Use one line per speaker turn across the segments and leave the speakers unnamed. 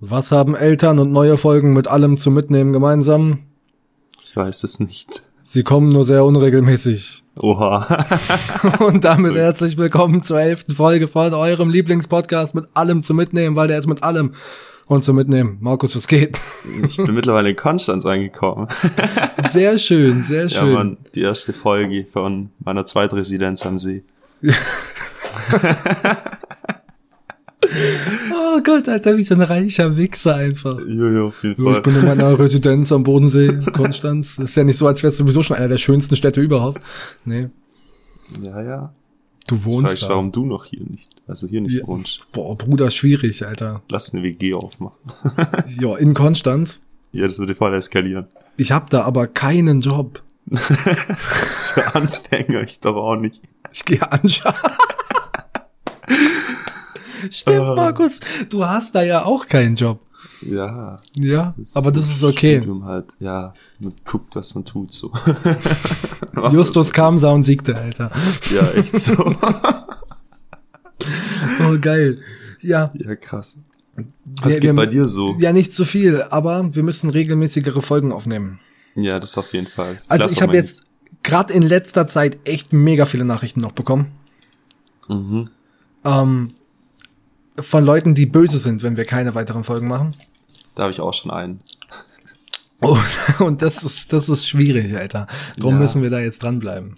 Was haben Eltern und neue Folgen mit allem zum Mitnehmen gemeinsam?
Ich weiß es nicht.
Sie kommen nur sehr unregelmäßig.
Oha.
Und damit
So.
herzlich willkommen zur elften Folge von eurem Lieblingspodcast mit allem zum Mitnehmen, weil der ist mit allem und zum Mitnehmen. Markus, was geht?
Ich bin mittlerweile in Konstanz angekommen.
Sehr schön, sehr
Ja,
schön.
Mann, die erste Folge von meiner Zweitresidenz am See.
oh Gott, Alter, wie so ein reicher Wichser einfach.
Jojo, auf jeden
Ja,
Fall.
ich bin in meiner Residenz am Bodensee, Konstanz. Ist ja nicht so, als wär's sowieso schon einer der schönsten Städte überhaupt. Nee,
ja, ja.
du
Ich frage
wohnst
mich,
da.
warum du noch hier nicht, also hier nicht
Ja.
wohnst.
Boah, Bruder, schwierig, Alter.
Lass eine WG aufmachen.
Ja, in Konstanz.
Ja, das würde voll eskalieren.
Ich hab da aber keinen Job.
Das ist für Anfänger, ich doch auch nicht.
Ich gehe anschauen. Stimmt,
Ah.
Markus, du hast da ja auch keinen Job.
Ja.
Ja, aber das ist okay.
Studium halt, ja. Man guckt, was man tut, so.
Justus kam, sah und siegte, Alter.
Ja, echt so.
Oh, geil. Ja,
Ja, krass. Was
wir-
geht
wir-
bei dir so?
ja, nicht zu viel, aber wir müssen regelmäßigere Folgen aufnehmen.
Ja, das auf jeden Fall.
Also
Lass
ich
doch
habe
mal-
jetzt gerade in letzter Zeit echt mega viele Nachrichten noch bekommen.
Mhm.
Ähm, von Leuten, die böse sind, wenn wir keine weiteren Folgen machen.
Da habe ich auch schon einen.
Oh, und das ist, das ist schwierig, Alter. Drum
Ja.
müssen wir da jetzt dranbleiben.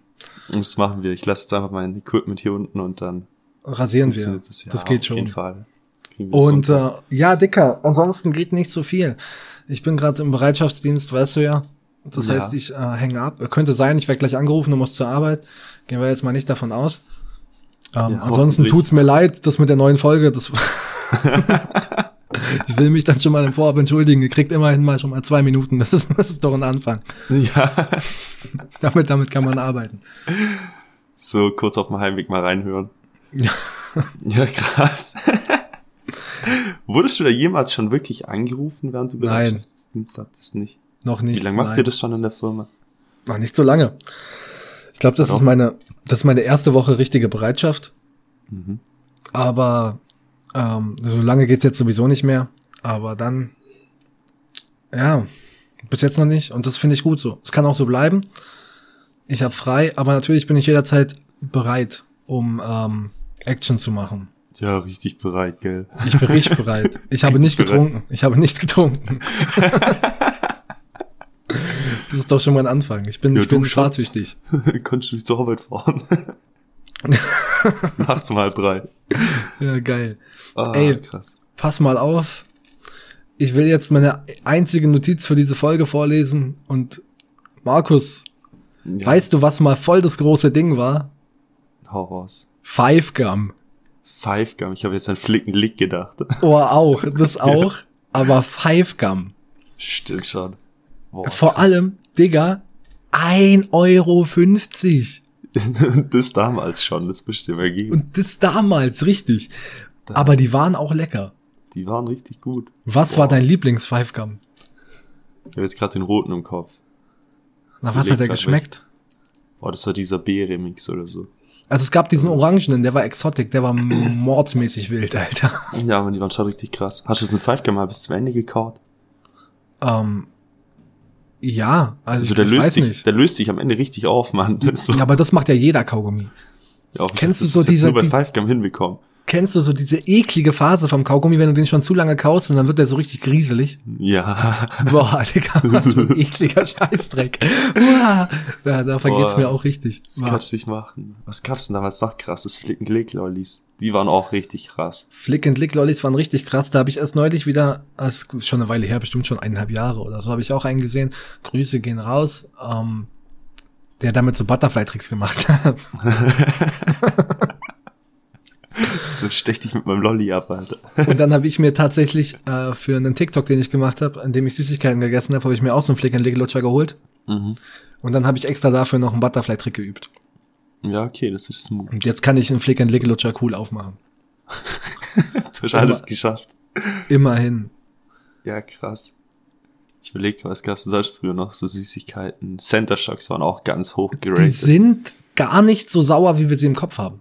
Und das machen wir. Ich lasse jetzt einfach mein Equipment hier unten und dann
Rasieren wir.
funktioniert das. Ja,
das geht
Auf jeden
schon.
Fall. Kriegen wir das
Und
unter.
äh, ja, Dicker, ansonsten geht nicht so viel. Ich bin gerade im Bereitschaftsdienst, weißt du ja. Das
Ja.
heißt, ich äh, hänge ab. Könnte sein, ich werde gleich angerufen, du musst zur Arbeit. Gehen wir jetzt mal nicht davon aus. Ähm,
Ja,
ansonsten
hoffentlich.
tut's mir leid, dass mit der neuen Folge, das ich will mich dann schon mal im Vorab entschuldigen. Ihr kriegt immerhin mal schon mal zwei Minuten. Das ist, das ist doch ein Anfang.
ja,
Damit, damit kann man arbeiten.
so kurz auf dem Heimweg mal reinhören. ja, krass. Wurdest du da jemals schon wirklich angerufen, während du
Nein.
Bereitschaftsdienst hattest? Nicht.
Noch
Wie
nicht.
lange macht
nein.
ihr das schon in der Firma?
Noch nicht so lange. Ich glaube, das
Warum?
ist meine, das ist meine erste Woche richtige Bereitschaft.
Mhm.
Aber ähm, so lange geht's jetzt sowieso nicht mehr. Aber dann, ja, bis jetzt noch nicht. Und das finde ich gut so. Es kann auch so bleiben. Ich habe frei, aber natürlich bin ich jederzeit bereit, um ähm, Action zu machen.
Ja, richtig bereit, gell?
Ich bin richtig bereit. Ich habe nicht getrunken. Ich habe nicht getrunken. das ist doch schon mal ein Anfang. Ich bin,
Ja,
ich
du
bin
schaffst.
fahrtüchtig.
Konntest du mich zur Arbeit fahren? Nachts um halb drei.
Ja, geil.
Ah,
Ey.
krass.
pass mal auf. Ich will jetzt meine einzige Notiz für diese Folge vorlesen. Und Markus,
Ja,
weißt du, was mal voll das große Ding war?
Hau raus.
Five Gum.
Five Gum. Ich habe jetzt an Flicken Lick gedacht.
Oh, auch, das auch. Aber Five Gum.
Stimmt schon. Boah,
Vor allem, Digga, 1,50 Euro.
das damals schon, das bestimmt ergeben.
Und das damals, richtig. Aber die waren auch lecker.
Die waren richtig gut.
Was war dein Lieblings-Five Gum?
Ich habe jetzt gerade den roten im Kopf.
Nach was
Überleg
hat der
grad
geschmeckt?
Boah, das war dieser B-Remix oder so.
Also es gab diesen Orangenen, der war exotic, der war mordsmäßig wild, Alter.
Ja, aber die waren schon richtig krass. Hast du es in Five Gum mal bis zum Ende gekaut?
Ähm, ja, also,
Also
ich,
der
ich
löst
weiß
dich,
nicht.
der löst dich am Ende richtig auf, Mann. Das ist So,
Ja, aber das macht ja jeder Kaugummi.
Ja, hoffentlich
kennst du
hast
so
das jetzt
diese-
nur bei
die-
Five Gum hinbekommen.
Kennst du so diese eklige Phase vom Kaugummi, wenn du den schon zu lange kaust und dann wird der so richtig grieselig?
Ja.
Boah, Digga, was für ein ekliger Scheißdreck. Uah. Ja, da vergeht's
Boah.
mir auch richtig.
Das kannst du nicht machen. Was gab's denn damals noch krasses? Flicken Lick Lollis. Die waren auch richtig krass.
Flick and Lick Lollis waren richtig krass. Da habe ich erst neulich wieder, das ist schon eine Weile her, bestimmt schon eineinhalb Jahre oder so, habe ich auch einen gesehen. Grüße gehen raus. Ähm, der damit so Butterfly-Tricks gemacht hat.
So stech dich mit meinem Lolli ab, Alter.
Und dann habe ich mir tatsächlich äh, für einen TikTok, den ich gemacht habe, an dem ich Süßigkeiten gegessen habe, habe ich mir auch so einen Flick and Lick Lutscher geholt.
Mhm.
Und dann habe ich extra dafür noch einen Butterfly-Trick geübt.
Ja, okay, das ist smooth.
Und jetzt kann ich einen Flick and Lick Lutscher cool aufmachen.
Du hast alles geschafft.
Immerhin.
Ja, krass. Ich überlege, was gab's denn sonst früher noch? So Süßigkeiten. Center Shocks waren auch ganz hoch
Die
geratet.
sind gar nicht so sauer, wie wir sie im Kopf haben.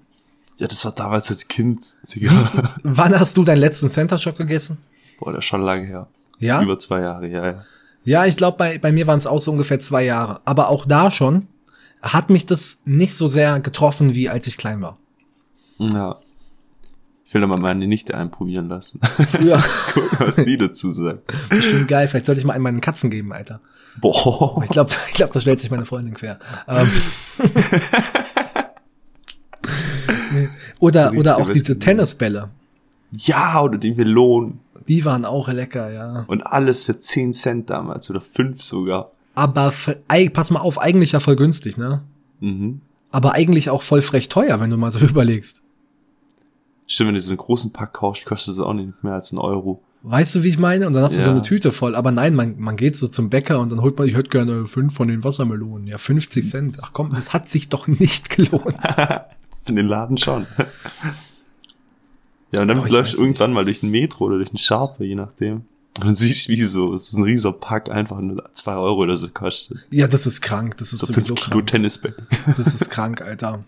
Ja, das war damals als Kind. Digga.
Wann hast du deinen letzten Center Shock gegessen?
Boah, das ist schon lange her.
Ja?
Über zwei Jahre, ja, ja.
Ja, ich glaube, bei, bei mir waren es auch so ungefähr zwei Jahre. Aber auch da schon hat mich das nicht so sehr getroffen, wie als ich klein war.
Ja. Ich will da mal meine Nichte einprobieren lassen.
Früher.
Gucken, was die dazu sagt.
Bestimmt geil. Vielleicht sollte ich mal einen meinen Katzen geben, Alter.
Boah.
Ich glaube, ich glaub, da stellt sich meine Freundin quer. Ähm. Nee. oder,
Richtig
oder auch diese
besten.
Tennisbälle.
Ja, oder die Melonen.
Die waren auch lecker, ja.
Und alles für 10 Cent damals oder 5 sogar.
Aber f- ei- pass mal auf, eigentlich ja voll günstig, ne?
Mhm.
Aber eigentlich auch voll frech teuer, wenn du mal so überlegst.
Stimmt, wenn du so einen großen Pack kaufst, kostet es auch nicht mehr als einen Euro.
Weißt du, wie ich meine? Und dann hast du so
Ja.
eine Tüte voll. Aber nein, man, man geht so zum Bäcker und dann holt man, ich hätte gerne fünf von den Wassermelonen. Ja, 50 Cent. Ach komm, das hat sich doch nicht gelohnt.
In den Laden schon. ja, und dann
Boah, ich
läufst
weiß
du irgendwann mal durch den Metro oder durch den Sharpe, je nachdem. Und dann siehst du, wie so, so ein rieser Pack einfach nur 2 Euro oder so kostet.
Ja, das ist krank. Das ist
So 5
sowieso
Kilo
krank.
Tennisbälle.
Das ist krank, Alter.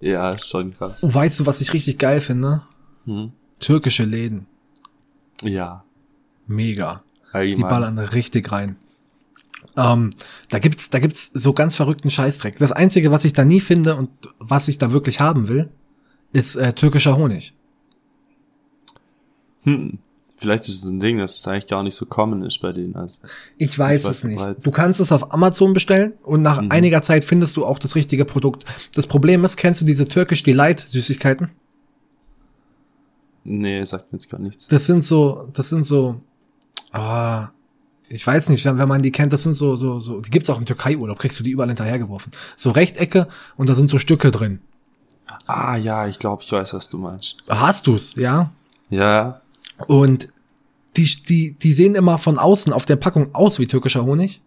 ja, ist schon krass.
Und weißt du, was ich richtig geil finde?
Mhm.
Türkische Läden.
Ja,
Mega.
allgemein.
Die ballern richtig rein. Ähm, da gibt's, da gibt's so ganz verrückten Scheißdreck. Das einzige, was ich da nie finde und was ich da wirklich haben will, ist äh, türkischer Honig.
Hm. Vielleicht ist es ein Ding, dass es eigentlich gar nicht so common ist bei denen. Also,
Ich weiß,
Ich weiß
es nicht.
nicht.
Du kannst es auf Amazon bestellen und nach
Mhm.
einiger Zeit findest du auch das richtige Produkt. Das Problem ist, kennst du diese türkisch Delight Süßigkeiten?
nee, sagt mir jetzt gar nichts.
Das sind so, das sind so, ah, ich weiß nicht, wenn, wenn man die kennt, das sind so, so, so, die gibt's auch im Türkei-Urlaub, kriegst du die überall hinterhergeworfen. So Rechtecke und da sind so Stücke drin.
Ah ja, ich glaube, ich weiß, was du meinst.
Hast du's, ja?
Ja,
Und die, die, die sehen immer von außen auf der Packung aus wie türkischer Honig,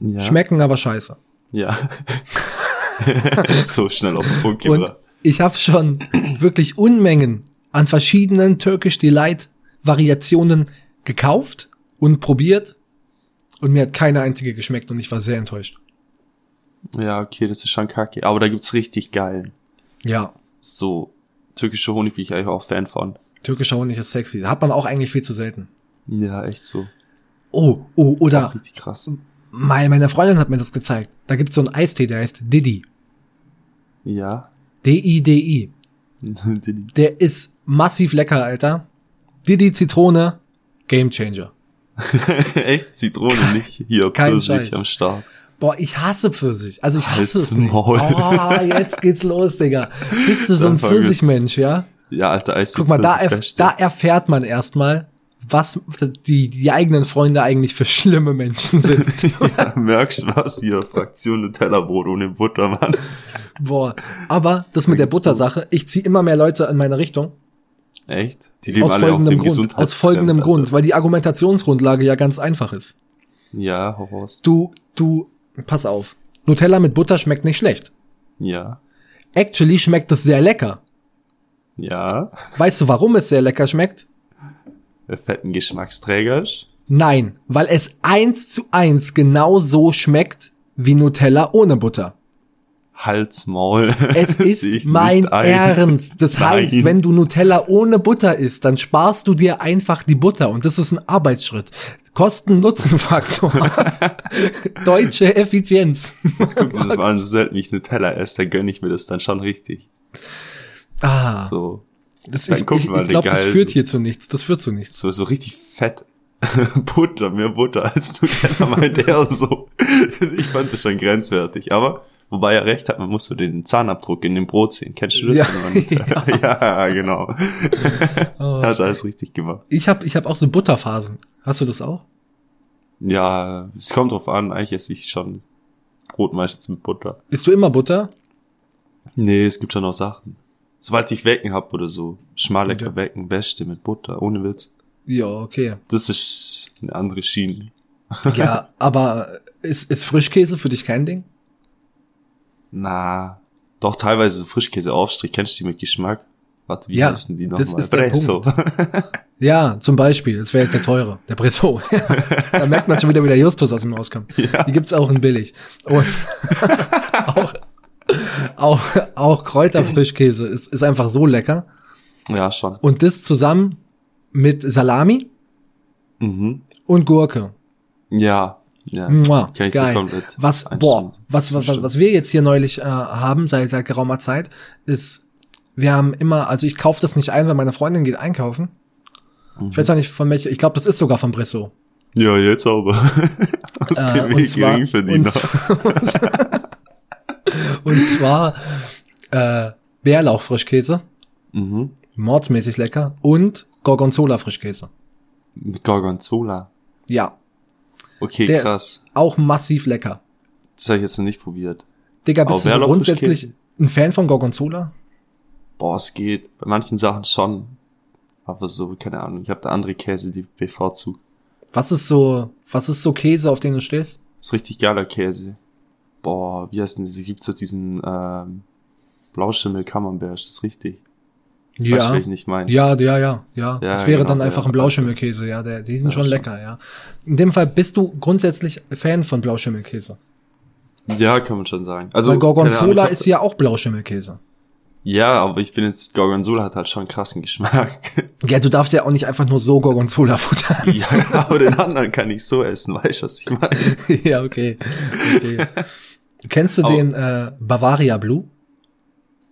ja.
schmecken aber scheiße.
Ja. so schnell auf den Punkt
Und
gebracht.
ich habe schon wirklich Unmengen an verschiedenen Turkish Delight Variationen gekauft und probiert und mir hat keine einzige geschmeckt und ich war sehr enttäuscht.
Ja, okay, das ist schon kacke. Aber da gibt's richtig geilen.
Ja,
So, türkische Honig bin ich eigentlich auch Fan von.
türkischer Honig ist sexy. Da hat man auch eigentlich viel zu selten.
Ja, echt so.
Oh, oh, oder
Auch richtig krass.
mein, meine Freundin hat mir das gezeigt. Da gibt's so einen Eistee, der heißt Didi.
Ja.
D-I-D-I.
Diddy.
Der ist massiv lecker, Alter. Didi Zitrone, Game Changer.
echt Zitrone, nicht hier
Kein
Pfirsich
Scheiß.
am Start.
Boah, ich hasse Pfirsich. Also ich hasse
Halt's
es nicht.
Maul.
Oh, jetzt geht's los, Digga. Bist du so ein
Das war gut.
Pfirsichmensch, ja?
Ja, alter Eis.
Guck mal, da, erf
Pfirsich-
da erfährt man erstmal, was die, die eigenen Freunde eigentlich für schlimme Menschen sind.
ja, merkst was hier? Fraktion Nutella-Brot ohne Butter, Mann.
Boah. Aber das mit der
Bringt's
Buttersache, ich ziehe immer mehr Leute in meine Richtung.
Echt? Die leben
aus
alle auf
folgendem
dem
Grund. Aus
Gesundheitstrend,
folgendem
Alter.
Grund, weil die Argumentationsgrundlage ja ganz einfach ist.
Ja, hau raus.
Du, du, pass auf. Nutella mit Butter schmeckt nicht schlecht.
Ja.
Actually schmeckt es sehr lecker.
Ja.
Weißt du, warum es sehr lecker schmeckt?
Der fetten Geschmacksträger ist.
Nein, weil es eins zu eins genau so schmeckt wie Nutella ohne Butter.
Hals, Maul.
Es
Das sehe
ist
ich
mein
nicht ein.
Ernst. Das heißt,
Nein.
wenn du Nutella ohne Butter isst, dann sparst du dir einfach die Butter und das ist ein Arbeitsschritt. Kosten-Nutzen-Faktor. Deutsche Effizienz.
Jetzt guck dir das mal an, so selten wie ich Nutella esse, dann gönne ich mir das dann schon richtig.
Ah,
So,
das,
dann
ich
gucken
ich,
wir mal,
ich glaube, das
egal.
führt hier zu nichts. Das führt zu nichts.
so, so richtig fett. Butter, mehr Butter als Nutella meinte er so. Ich fand das schon grenzwertig, aber wobei er recht hat, man muss so den Zahnabdruck in dem Brot sehen. Kennst du das?
Ja. Oh.
ja. ja, genau. Er hat alles richtig gemacht.
Ah. Ich habe ich hab auch so Butterphasen. Hast du das auch?
Ja, es kommt drauf an, eigentlich esse ich schon Brot meistens mit Butter.
Isst du immer Butter?
Nee, es gibt schon noch Sachen. Sobald ich Wecken hab oder so, Schmalecker
Ja.
Wecken, Beste mit Butter, ohne Witz.
Ja, okay.
Das ist eine andere Schiene.
Ja, aber ist, ist Frischkäse für dich kein Ding?
Na, doch teilweise so Frischkäseaufstrich, kennst du die mit Geschmack? Warte, wie
Ja,
heißen die
das
nochmal?
ist der Ja, zum Beispiel. Das wäre jetzt der teure, der Bresso. da merkt man schon wieder, wie der Justus aus ihm rauskommt.
Ja.
Die gibt's auch in billig. Und auch, auch, auch Kräuterfrischkäse ist, ist einfach so lecker.
Ja, schon.
Und das zusammen mit Salami
Mhm.
und Gurke.
Ja. Ja.
Mua,
Kann ich
Hm, geil.
komplett
Was,
einstimmen.
boah, was, was, was, was wir jetzt hier neulich äh, haben, seit, seit geraumer Zeit, ist, wir haben immer, also ich kaufe das nicht ein, weil meine Freundin geht einkaufen. Ich
Mhm.
weiß auch nicht von welcher, ich glaube, das ist sogar von Bresso.
Ja, jetzt aber. Aus
Äh,
dem
und
Weg
zwar-
Geringverdiener.
Und, und zwar äh, Bärlauch-Frischkäse,
Mhm.
mordsmäßig lecker, und Gorgonzola-Frischkäse.
Mit Gorgonzola.
Ja,
Okay,
der
krass.
ist auch massiv lecker.
Das habe ich jetzt noch nicht probiert.
Digga,
Aber
bist du so
Bärlauchfrischkäse-
grundsätzlich ein Fan von Gorgonzola?
Boah, es geht. Bei manchen Sachen schon. Aber so, keine Ahnung. Ich habe da andere Käse, die bevorzugt.
Was ist so, was ist so Käse, auf den du stehst?
Ist richtig geiler Käse. Boah, wie heißt denn das? Gibt's doch diesen ähm, Blauschimmel Camembert, ist das richtig? Weißt du,
ja.
welchen ich meine?
Ja, ja, ja, ja. Das wäre
genau,
dann
der-
einfach ein Blauschimmelkäse, ja. Der, die sind
Ja,
schon
schon.
lecker, ja. In dem Fall bist du grundsätzlich Fan von Blauschimmelkäse.
Ja, kann man schon sagen. Also
Weil
keine
Gorgonzola
Ahnung, ich
ist ja auch Blauschimmelkäse.
Ja, aber ich bin jetzt Gorgonzola hat halt schon einen krassen Geschmack.
Ja, du darfst ja auch nicht einfach nur so Gorgonzola futtern.
ja, aber den anderen kann ich so essen, weißt du, was ich meine?
ja, okay. okay. Kennst du
Aber-
den äh, Bavaria Blue?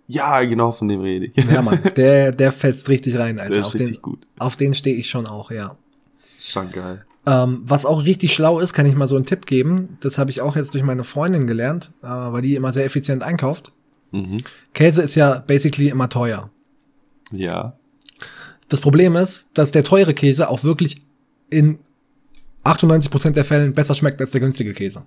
Ja, genau von dem rede ich.
Ja, Mann, der, der fällt's richtig rein, Alter.
Der
auf,
ist
den,
richtig gut.
auf den stehe ich schon auch, ja.
Schon geil.
Ähm, was auch richtig schlau ist, kann ich mal so einen Tipp geben. Das habe ich auch jetzt durch meine Freundin gelernt, äh, weil die immer sehr effizient einkauft.
Mhm.
Käse ist ja basically immer teuer.
Ja.
Das Problem ist, dass der teure Käse auch wirklich in 98% der Fällen besser schmeckt als der günstige Käse.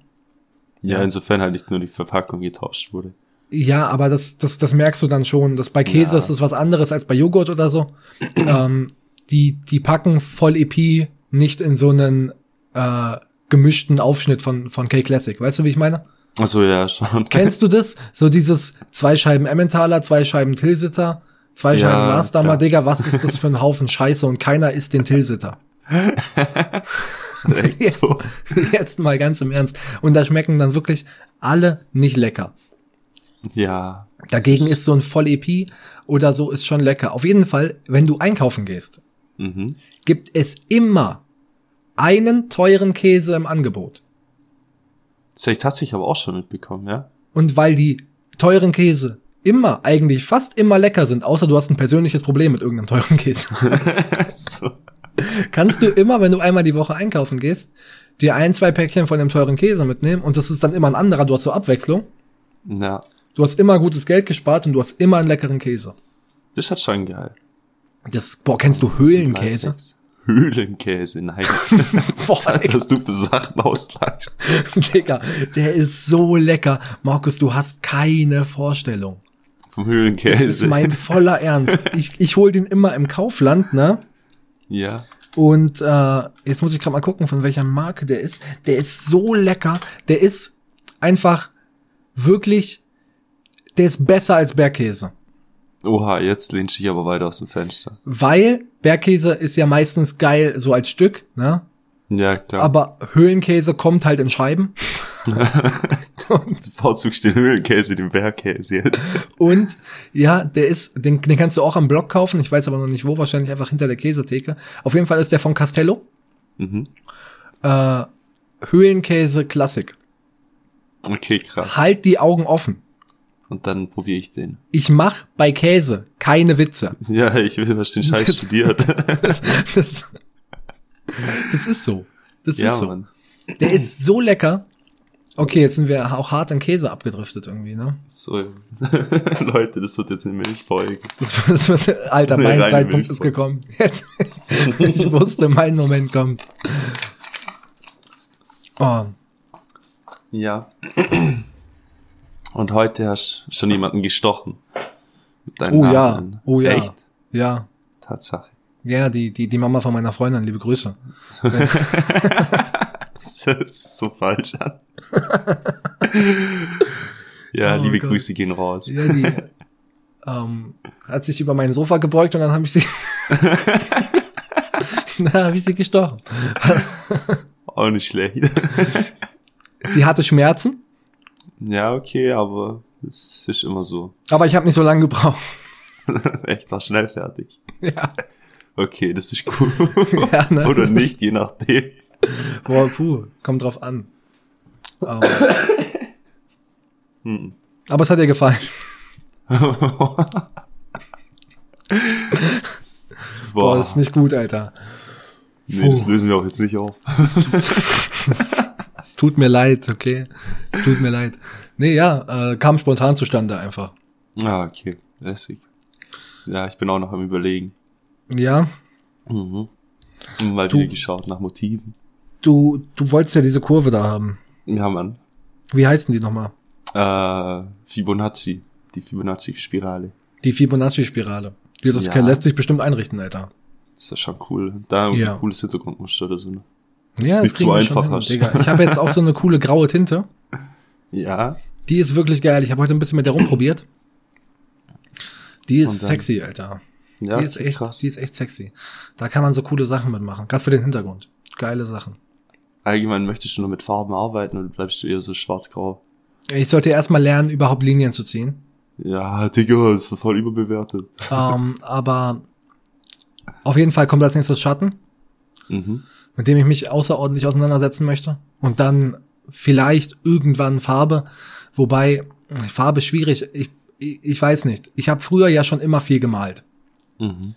Ja,
Ja.
insofern halt nicht nur die Verpackung getauscht wurde.
Ja, aber das, das, das merkst du dann schon, dass bei Käse
Ja.
ist das was anderes als bei Joghurt oder so. ähm, die, die packen voll EP nicht in so einen äh, gemischten Aufschnitt von, von K-Classic. Weißt du, wie ich meine?
Achso, ja, schon.
Kennst du das? So dieses zwei Scheiben Emmentaler, zwei Scheiben Tilsiter, zwei
Ja,
Scheiben Maßdamer.
klar.
Digga, was ist das für ein Haufen Scheiße? Und keiner isst den Tilsiter.
Echt so.
Jetzt mal ganz im Ernst. Und da schmecken dann wirklich alle nicht lecker.
Ja.
Dagegen ist so ein Voll-EP oder so ist schon lecker. Auf jeden Fall, wenn du einkaufen gehst,
Mhm.
gibt es immer einen teuren Käse im Angebot.
Vielleicht hat sich aber auch schon mitbekommen, ja?
Und weil die teuren Käse immer, eigentlich fast immer lecker sind, außer du hast ein persönliches Problem mit irgendeinem teuren Käse,
so.
kannst du immer, wenn du einmal die Woche einkaufen gehst, dir ein, zwei Päckchen von dem teuren Käse mitnehmen und das ist dann immer ein anderer, du hast so Abwechslung.
Ja.
Du hast immer gutes Geld gespart und du hast immer einen leckeren Käse.
Das hat schon geil.
Das, boah, kennst du Höhlenkäse?
Höhlenkäse, nein.
Boah, Digga,
Dass du für Sachen auspackst.
Digga, der ist so lecker. Markus, du hast keine Vorstellung.
Vom
Das ist
Höhlenkäse.
mein voller Ernst. Ich, ich hol den immer im Kaufland, ne?
Ja.
Und äh, jetzt muss ich gerade mal gucken, von welcher Marke der ist. Der ist so lecker. Der ist einfach wirklich, der ist besser als Bergkäse.
Oha, jetzt lehnst du dich aber weiter aus dem Fenster.
Weil Bergkäse ist ja meistens geil so als Stück, ne?
Ja, klar.
Aber Höhlenkäse kommt halt in Scheiben.
Bevorzugst den Höhlenkäse, den Bergkäse jetzt.
Und ja, der ist, den, den kannst du auch am Block kaufen. Ich weiß aber noch nicht wo, wahrscheinlich einfach hinter der Käsetheke. Auf jeden Fall ist der von Castello.
Mhm.
Äh, Höhlenkäse Klassik.
Okay, krass.
Halt die Augen offen.
Und dann probiere ich den.
Ich mach bei Käse keine Witze.
Ja, ich will, was den Scheiß studiert.
Das, das, das ist so. Das
ja,
ist so.
Mann.
Der ist so lecker. Okay, jetzt sind wir auch hart in Käse abgedriftet irgendwie, ne?
So. Leute, das wird jetzt eine Milchfolge.
Das, das wird, Alter,
Nee,
mein
reine
Zeitpunkt ist
Milchprodukte.
gekommen. Jetzt, ich wusste, mein Moment kommt. Oh,
Ja. Und heute hast du schon jemanden gestochen. Mit deinen
oh ja,
Haaren.
oh ja.
Echt?
Ja.
Tatsache.
Ja, die, die, die Mama von meiner Freundin, liebe Grüße.
Das hört sich so falsch an. ja,
Oh
liebe
Gott.
Grüße gehen raus.
Ja, die ähm, hat sich über mein Sofa gebeugt und dann habe ich sie. da habe ich sie gestochen.
Auch nicht schlecht.
Sie hatte Schmerzen,
ja, okay, aber es ist immer so.
aber ich habe nicht so lange gebraucht.
Echt, war schnell fertig.
Ja.
Okay, das ist cool.
Ja, ne?
Oder nicht, je nachdem.
Boah, puh, kommt drauf an. Ähm,
Hm.
aber es hat dir gefallen.
Boah,
Boah, das ist oh. nicht gut, Alter.
nee, das lösen wir auch jetzt nicht auf.
Es tut mir leid, okay? Es tut mir leid. Nee, ja, äh, kam spontan zustande einfach.
Ah, okay, lässig. Ja, ich bin auch noch am Überlegen.
Ja,
Mhm. Mal
Du-
wieder geschaut nach Motiven.
du, du wolltest ja diese Kurve da haben.
Ja, Mann.
Wie heißen die nochmal?
Äh, Fibonacci. Die Fibonacci-Spirale.
Die Fibonacci-Spirale. Ja, das
Ja.
kann- lässt sich bestimmt einrichten, Alter.
Ist ja schon cool. Da irgendwie
Ja.
ein cooles Hintergrundmuster oder so. Ne? Das
Ja,
ist nicht
kriegen
so
wir schon
einfach.
hin,
hast.
Digga. Ich habe jetzt auch so eine coole graue Tinte.
Ja,
Die ist wirklich geil. Ich habe heute ein bisschen mit der rumprobiert. Die
Und
ist
dann-
sexy, Alter.
ja.
die ist echt,
krass.
die ist echt sexy. Da kann man so coole Sachen mitmachen. Gerade für den Hintergrund. Geile Sachen.
Allgemein möchtest du nur mit Farben arbeiten oder bleibst du eher so schwarz-grau?
Ich sollte erstmal lernen, überhaupt Linien zu ziehen.
Ja, Digga, das war voll überbewertet.
ähm, aber auf jeden Fall kommt als nächstes Schatten,
Mhm.
mit dem ich mich außerordentlich auseinandersetzen möchte. Und dann vielleicht irgendwann Farbe. Wobei, Farbe ist schwierig. Ich, ich, ich weiß nicht. Ich habe früher ja schon immer viel gemalt.
Mhm.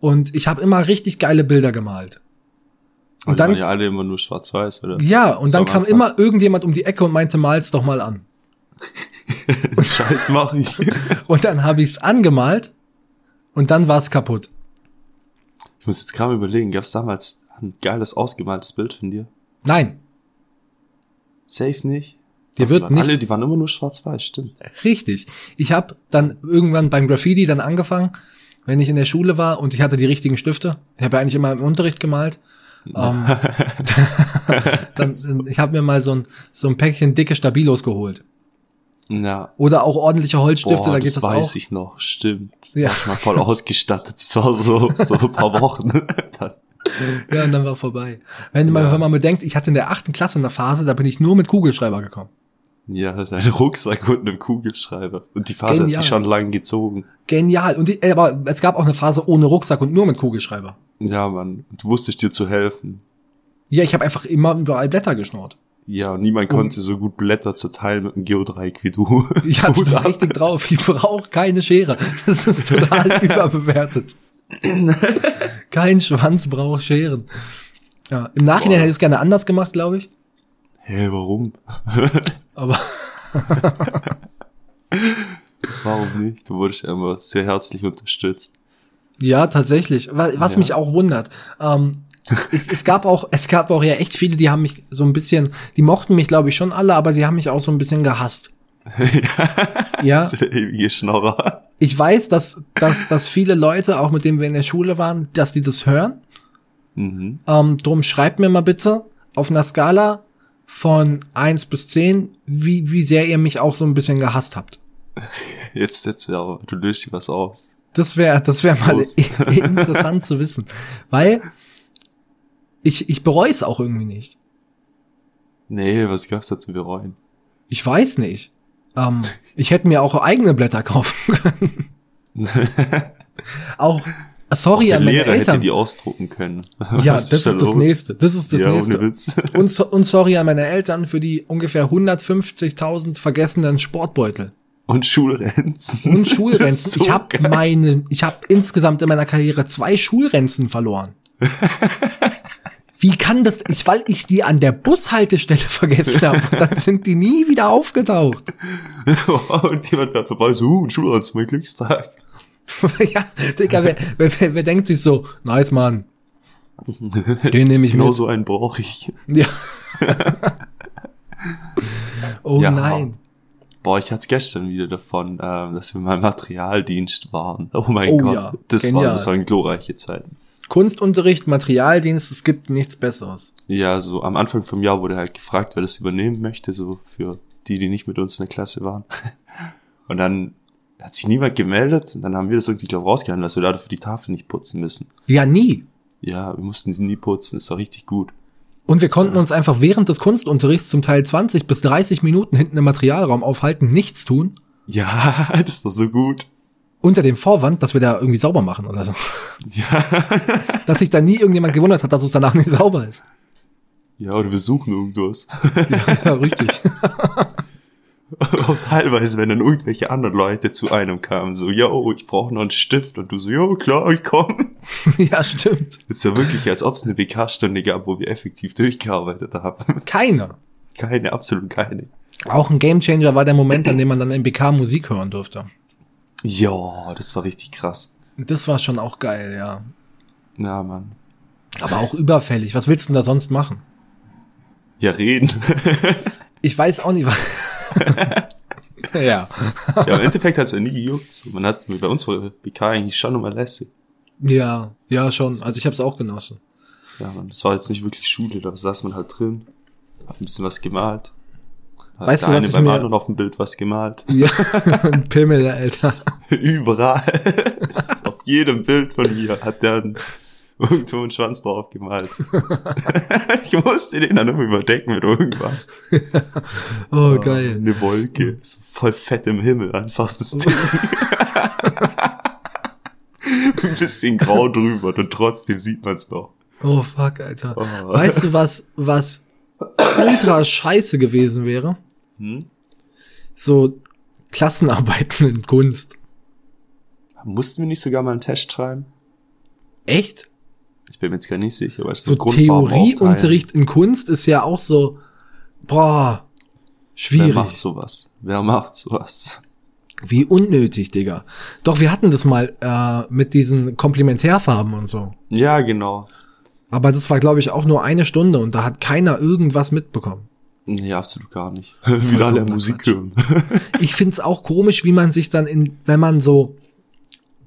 Und ich habe immer richtig geile Bilder gemalt. Und
Und
dann-
dann waren ja alle immer nur schwarz-weiß, oder?
Ja, und
So
dann
am
kam
Anfang.
immer irgendjemand um die Ecke und meinte, mal's doch mal an.
Scheiß mach ich.
Und dann habe ich's angemalt und dann war's kaputt.
Ich muss jetzt gerade überlegen, gab's damals ein geiles ausgemaltes Bild von dir?
Nein,
Safe nicht?
Dir wird
Ach, die waren
nicht-
Alle, die waren immer nur schwarz-weiß, stimmt.
richtig. Ich habe dann irgendwann beim Graffiti dann angefangen, wenn ich in der Schule war und ich hatte die richtigen Stifte. Ich habe ja eigentlich immer im Unterricht gemalt. Ähm, dann, ich habe mir mal so ein, so ein Päckchen dicke Stabilos geholt.
Ja.
Oder auch ordentliche Holzstifte,
Boah,
da geht das,
das weiß
auch.
ich noch, stimmt.
Ja.
Ja. War ich mal voll ausgestattet, das war so, so ein paar Wochen. Dann-
Ja, und dann war vorbei. Wenn man,
Ja.
wenn man bedenkt, ich hatte in der achten Klasse eine Phase, da bin ich nur mit Kugelschreiber gekommen.
ja, dein Rucksack und einem Kugelschreiber. Und die Phase hat
Genial.
sich schon lang gezogen.
Genial. Und ich, ey, aber es gab auch eine Phase ohne Rucksack und nur mit Kugelschreiber.
Ja, Mann, du wusstest dir zu helfen.
Ja, ich habe einfach immer überall Blätter geschnurrt.
Ja, und niemand konnte so gut Blätter zerteilen mit einem Geodreieck wie du.
Ich hatte
Gut
das
ab.
richtig drauf. Ich brauche keine Schere. Das ist total überbewertet. Kein Schwanz braucht Scheren. Ja, Im Nachhinein
Boah.
hätte ich es gerne anders gemacht, glaube ich.
Hä, warum?
Aber
Warum nicht? Du wurdest ja immer sehr herzlich unterstützt.
ja, tatsächlich. Wa- Was
Ja.
mich auch wundert. Ähm, es, es gab auch, es gab auch ja echt viele, die haben mich so ein bisschen, die mochten mich, glaube ich, schon alle, aber sie haben mich auch so ein bisschen gehasst. ja,
Also der ewige Schnorrer.
ich weiß, dass, dass, dass viele Leute, auch mit denen wir in der Schule waren, dass die das hören.
Mhm.
Ähm, drum schreibt mir mal bitte auf einer Skala von 1 bis 10, wie, wie sehr ihr mich auch so ein bisschen gehasst habt.
Jetzt setzt du aber, du löst dir was aus.
Das wäre das wär
Ist
mal
los.
interessant zu wissen. Weil ich, ich bereue es auch irgendwie nicht.
Nee, was gab's da zu bereuen?
Ich weiß nicht. Ähm, ich hätte mir auch eigene Blätter kaufen können. auch, sorry
der
an meine
Lehrer hätte
Eltern.
die ausdrucken können.
Ja,
Was
das ist
da
das
los?
nächste. Das ist das
ja,
nächste.
ohne Witz.
Und, so, und sorry an meine Eltern für die ungefähr 150.000 vergessenen Sportbeutel
Und Schulrenzen.
und
Das
Schulrenzen.
ist so
ich habe
geil.
meine, ich habe insgesamt in meiner Karriere zwei Schulrenzen verloren. Wie kann das? Ich, weil ich die an der Bushaltestelle vergessen habe. Und Dann sind die nie wieder aufgetaucht.
Oh, Und jemand fährt vorbei, so, uh, ein Schulranzen, mein Glückstag.
ja, Digga, wer, wer, wer, wer denkt sich so, nice Mann. Den nehme ich
genau
mit.
so einen brauche ich.
Ja. oh
Ja.
nein.
Boah, ich hatte gestern wieder davon, ähm, dass wir mal im Materialdienst waren. Oh mein
Oh
Gott,
ja,
das,
genial.
waren, das waren glorreiche Zeiten.
Kunstunterricht, Materialdienst, es gibt nichts Besseres.
Ja, so am Anfang vom Jahr wurde halt gefragt, wer das übernehmen möchte, so für die, die nicht mit uns in der Klasse waren. Und dann hat sich niemand gemeldet und dann haben wir das irgendwie, glaube rausgehandelt, dass wir dafür die Tafel nicht putzen müssen.
Ja, nie.
Ja, wir mussten die nie putzen, ist doch richtig gut.
Und wir konnten uns einfach während des Kunstunterrichts zum Teil 20 bis 30 Minuten hinten im Materialraum aufhalten, nichts tun
Ja, das ist doch so gut.
unter dem Vorwand, dass wir da irgendwie sauber machen oder so.
Ja.
Dass sich da nie irgendjemand gewundert hat, dass es danach nicht sauber ist.
ja, oder wir suchen irgendwas.
Ja, richtig.
Auch teilweise, wenn dann irgendwelche anderen Leute zu einem kamen, so, yo, ich brauche noch einen Stift. Und du so, yo, klar, ich komm.
ja, stimmt.
Ist ja wirklich, als ob es eine BK-Stunde gab, wo wir effektiv durchgearbeitet haben.
Keiner.
keine, absolut keine.
Auch ein Gamechanger war der Moment, an dem man dann im BK Musik hören durfte.
Ja, das war richtig krass.
Das war schon auch geil, ja.
Na, Mann.
Aber auch überfällig. Was willst du denn da sonst machen?
Ja, reden.
Ich weiß auch nicht, was. ja.
ja, im Endeffekt hat's ja nie gejuckt. So, Man hat bei uns war BK eigentlich schon immer lästig.
Ja, ja, schon. Also ich habe es auch genossen.
Ja, Mann, das war jetzt nicht wirklich Schule, da saß man halt drin, hat ein bisschen was gemalt. Hat
Weißt
der
du, was
eine
ich
beim
mir-
anderen auf dem Bild was gemalt.
Ja, ein Pimmel, Alter.
Überall. Ist auf jedem Bild von mir hat der einen, irgendwo einen Schwanz drauf gemalt. ich musste den dann irgendwie überdecken mit irgendwas.
Oh,
Ja,
geil.
Äh,
Mhm.
Eine Wolke. So voll fett im Himmel, einfach das Ding. ein bisschen grau drüber und trotzdem sieht man's noch.
Oh fuck, Alter.
Oh.
Weißt du, was, was ultra scheiße gewesen wäre?
Hm?
So Klassenarbeiten in Kunst.
Mussten wir nicht sogar mal einen Test schreiben?
Echt?
Ich bin mir jetzt gar nicht sicher, aber es ist
So
Grundfarben aufteilen.
Theorieunterricht in Kunst ist ja auch so, boah,
Wer macht
schwierig.
sowas? Wer macht sowas?
Wie unnötig, Digga. Doch wir hatten das mal äh, mit diesen Komplementärfarben und so.
Ja, genau.
Aber das war, glaube ich, auch nur eine Stunde und da hat keiner irgendwas mitbekommen.
Nee, absolut gar nicht. Wieder alle
Vollkommener
Musik
Quatsch.
hören.
ich find's auch komisch, wie man sich dann in, wenn man so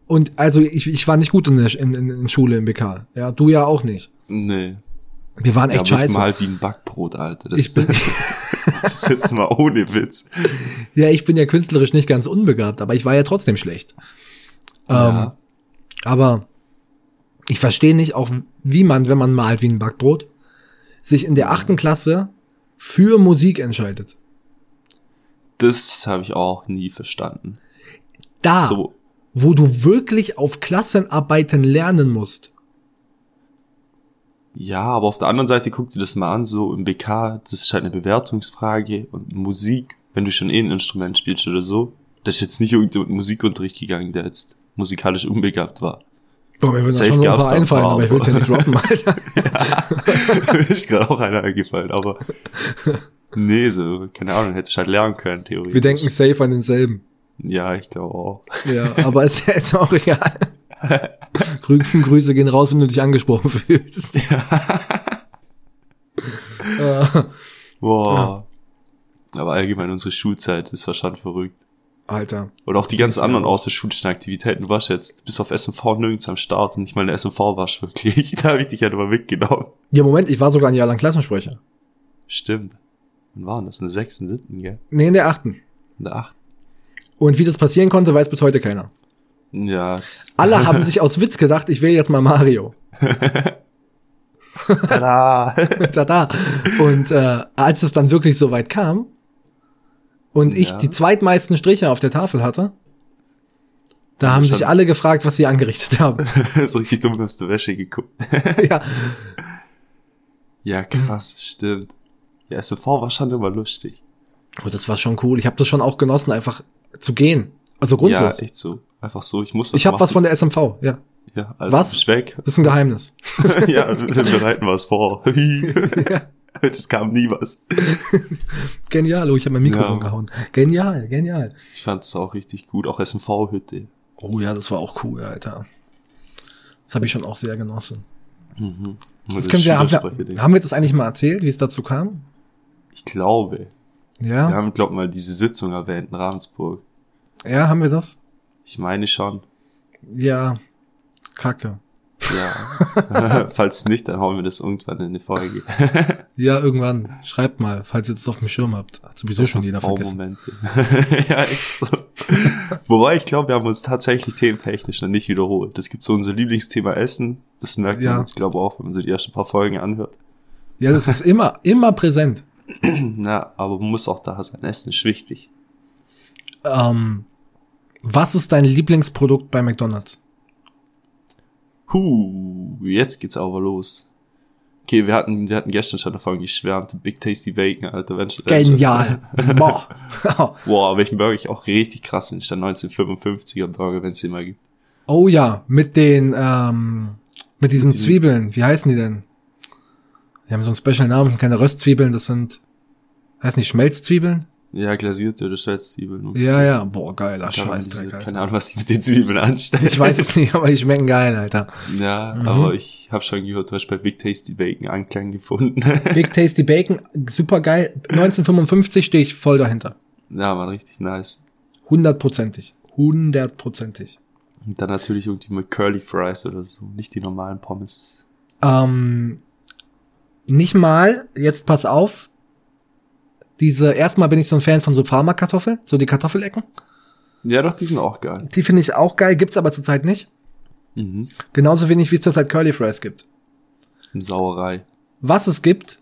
und also ich, ich war nicht gut in, der, in, in, in Schule im BK. Ja, du ja auch nicht.
nee.
Wir waren echt
da bin Ich
scheiße.
mal wie ein Backbrot, Alter. halt, Das,
Ich bin,
das ist jetzt mal ohne Witz.
ja, ich bin ja künstlerisch nicht ganz unbegabt, aber ich war ja trotzdem schlecht. Ähm,
Ja.
aber ich verstehe nicht auch, wie man, wenn man malt wie ein Backbrot, sich in der achten Klasse für Musik entscheidet.
Das habe ich auch nie verstanden.
Da,
So,
wo du wirklich auf Klassenarbeiten lernen musst.
Ja, aber auf der anderen Seite guck dir das mal an, so im BK, das ist halt eine Bewertungsfrage und Musik, wenn du schon eh ein Instrument spielst oder so, das ist jetzt nicht irgendein Musikunterricht gegangen, der jetzt musikalisch unbegabt war.
Boah, mir würden da
Safe
schon so ein
gab's
paar
da ein
einfallen,
paar,
aber ich will's ja nicht droppen, Alter.
Mir ist gerade auch einer eingefallen, aber nee, so, keine Ahnung, hätte ich halt lernen können, theoretisch.
Wir denken safe an denselben.
Ja, ich glaube auch.
Ja, aber ist ja jetzt auch egal. Rückengrüße gehen raus, wenn du dich angesprochen fühlst. Äh,
Boah. Aber allgemein unsere Schulzeit, das war schon verrückt.
Alter.
Und auch die ganzen
Ja.
anderen außerschulischen Aktivitäten. Du warst jetzt bis auf SMV nirgends am Start und nicht mal in der SMV warst du wirklich. Da habe ich dich halt mal mitgenommen.
Ja, Moment, ich war sogar ein Jahr lang Klassensprecher.
Stimmt. Wann waren das? In der sechsten, siebten, gell?
Nee, in der achten.
In der achten.
Und wie das passieren konnte, weiß bis heute keiner.
Ja, das-
Alle haben sich aus Witz gedacht, ich wähle jetzt mal Mario.
tada!
Tada. Und äh, als es dann wirklich so weit kam und ich
Ja.
die zweitmeisten Striche auf der Tafel hatte, da haben sich
schon-
alle gefragt, was sie angerichtet haben.
so richtig dumm hast du Wäsche geguckt.
ja,
Ja, krass, stimmt. Ja, SMV war schon immer lustig.
Und das war schon cool. Ich habe das schon auch genossen, einfach zu gehen. Also grundlos.
Ja, echt so. Einfach so, ich muss was
ich hab habe was
machen.
von der SMV, ja.
Ja,
Was?
also was? Bist weg.
Das ist ein Geheimnis.
ja, wir bereiten was vor. das kam nie was.
Genial, oh, ich habe mein Mikrofon
Ja.
gehauen. Genial, genial.
Ich fand es auch richtig gut. Auch SMV-Hütte.
Oh ja, das war auch cool, Alter. Das habe ich schon auch sehr genossen.
Mhm.
Das können wir, haben, wir, haben wir das eigentlich mal erzählt, wie es dazu kam?
Ich glaube. Wir
Ja?
haben, glaube mal diese Sitzung erwähnt in Ravensburg.
ja, haben wir das?
Ich meine schon.
Ja, kacke.
Ja. Falls nicht, dann hauen wir das irgendwann in eine Folge.
Ja, irgendwann. Schreibt mal, falls ihr das auf dem Schirm habt. Hat sowieso schon jeder
Oh,
vergessen.
Momente. ja, echt so. Wobei, ich glaube, wir haben uns tatsächlich thementechnisch noch nicht wiederholt. Es gibt so unser Lieblingsthema Essen. Das merkt
Ja.
man uns, glaube ich, auch, wenn man so die ersten paar Folgen anhört.
Ja, das ist immer, immer präsent.
Na, aber man muss auch da sein. Essen ist wichtig.
Ähm, Was ist dein Lieblingsprodukt bei McDonald's?
Huh, jetzt geht's aber los. Okay, wir hatten, wir hatten gestern schon davon geschwärmt. Big Tasty Bacon, Alter. Wenn,
Genial. Boah.
Boah, welchen Burger ich auch richtig krass finde. Ist der 1955er Burger, wenn's den mal gibt.
oh ja, mit den, ähm, mit diesen
diesen-
Zwiebeln. Wie heißen die denn? Die haben so einen Special Namen, das sind keine Röstzwiebeln, das sind, heißen die Schmelzzwiebeln?
Ja, glasierte oder Schweizzwiebeln.
Ja, ja. Boah, geiler
Ich habe
Scheißdreck, Alter.
keine Ahnung, was die mit den Zwiebeln anstellen.
Ich weiß es nicht, aber die schmecken geil, Alter.
Ja,
Mhm.
aber ich habe schon gehört, du hast bei Big Tasty Bacon Anklang gefunden.
Big Tasty Bacon, super geil. 1955 stehe ich voll dahinter.
ja, war richtig nice.
Hundertprozentig. Hundertprozentig.
Und dann natürlich irgendwie mal Curly Fries oder so, nicht die normalen Pommes.
Ähm, nicht mal, jetzt pass auf. Diese, erstmal bin ich so ein Fan von so Pharma-Kartoffeln, so die Kartoffelecken.
Ja, doch, die sind auch geil.
Die finde ich auch geil, gibt's aber zurzeit nicht.
Mhm.
Genauso wenig, wie es zurzeit Curly Fries gibt.
Und Sauerei.
Was es gibt,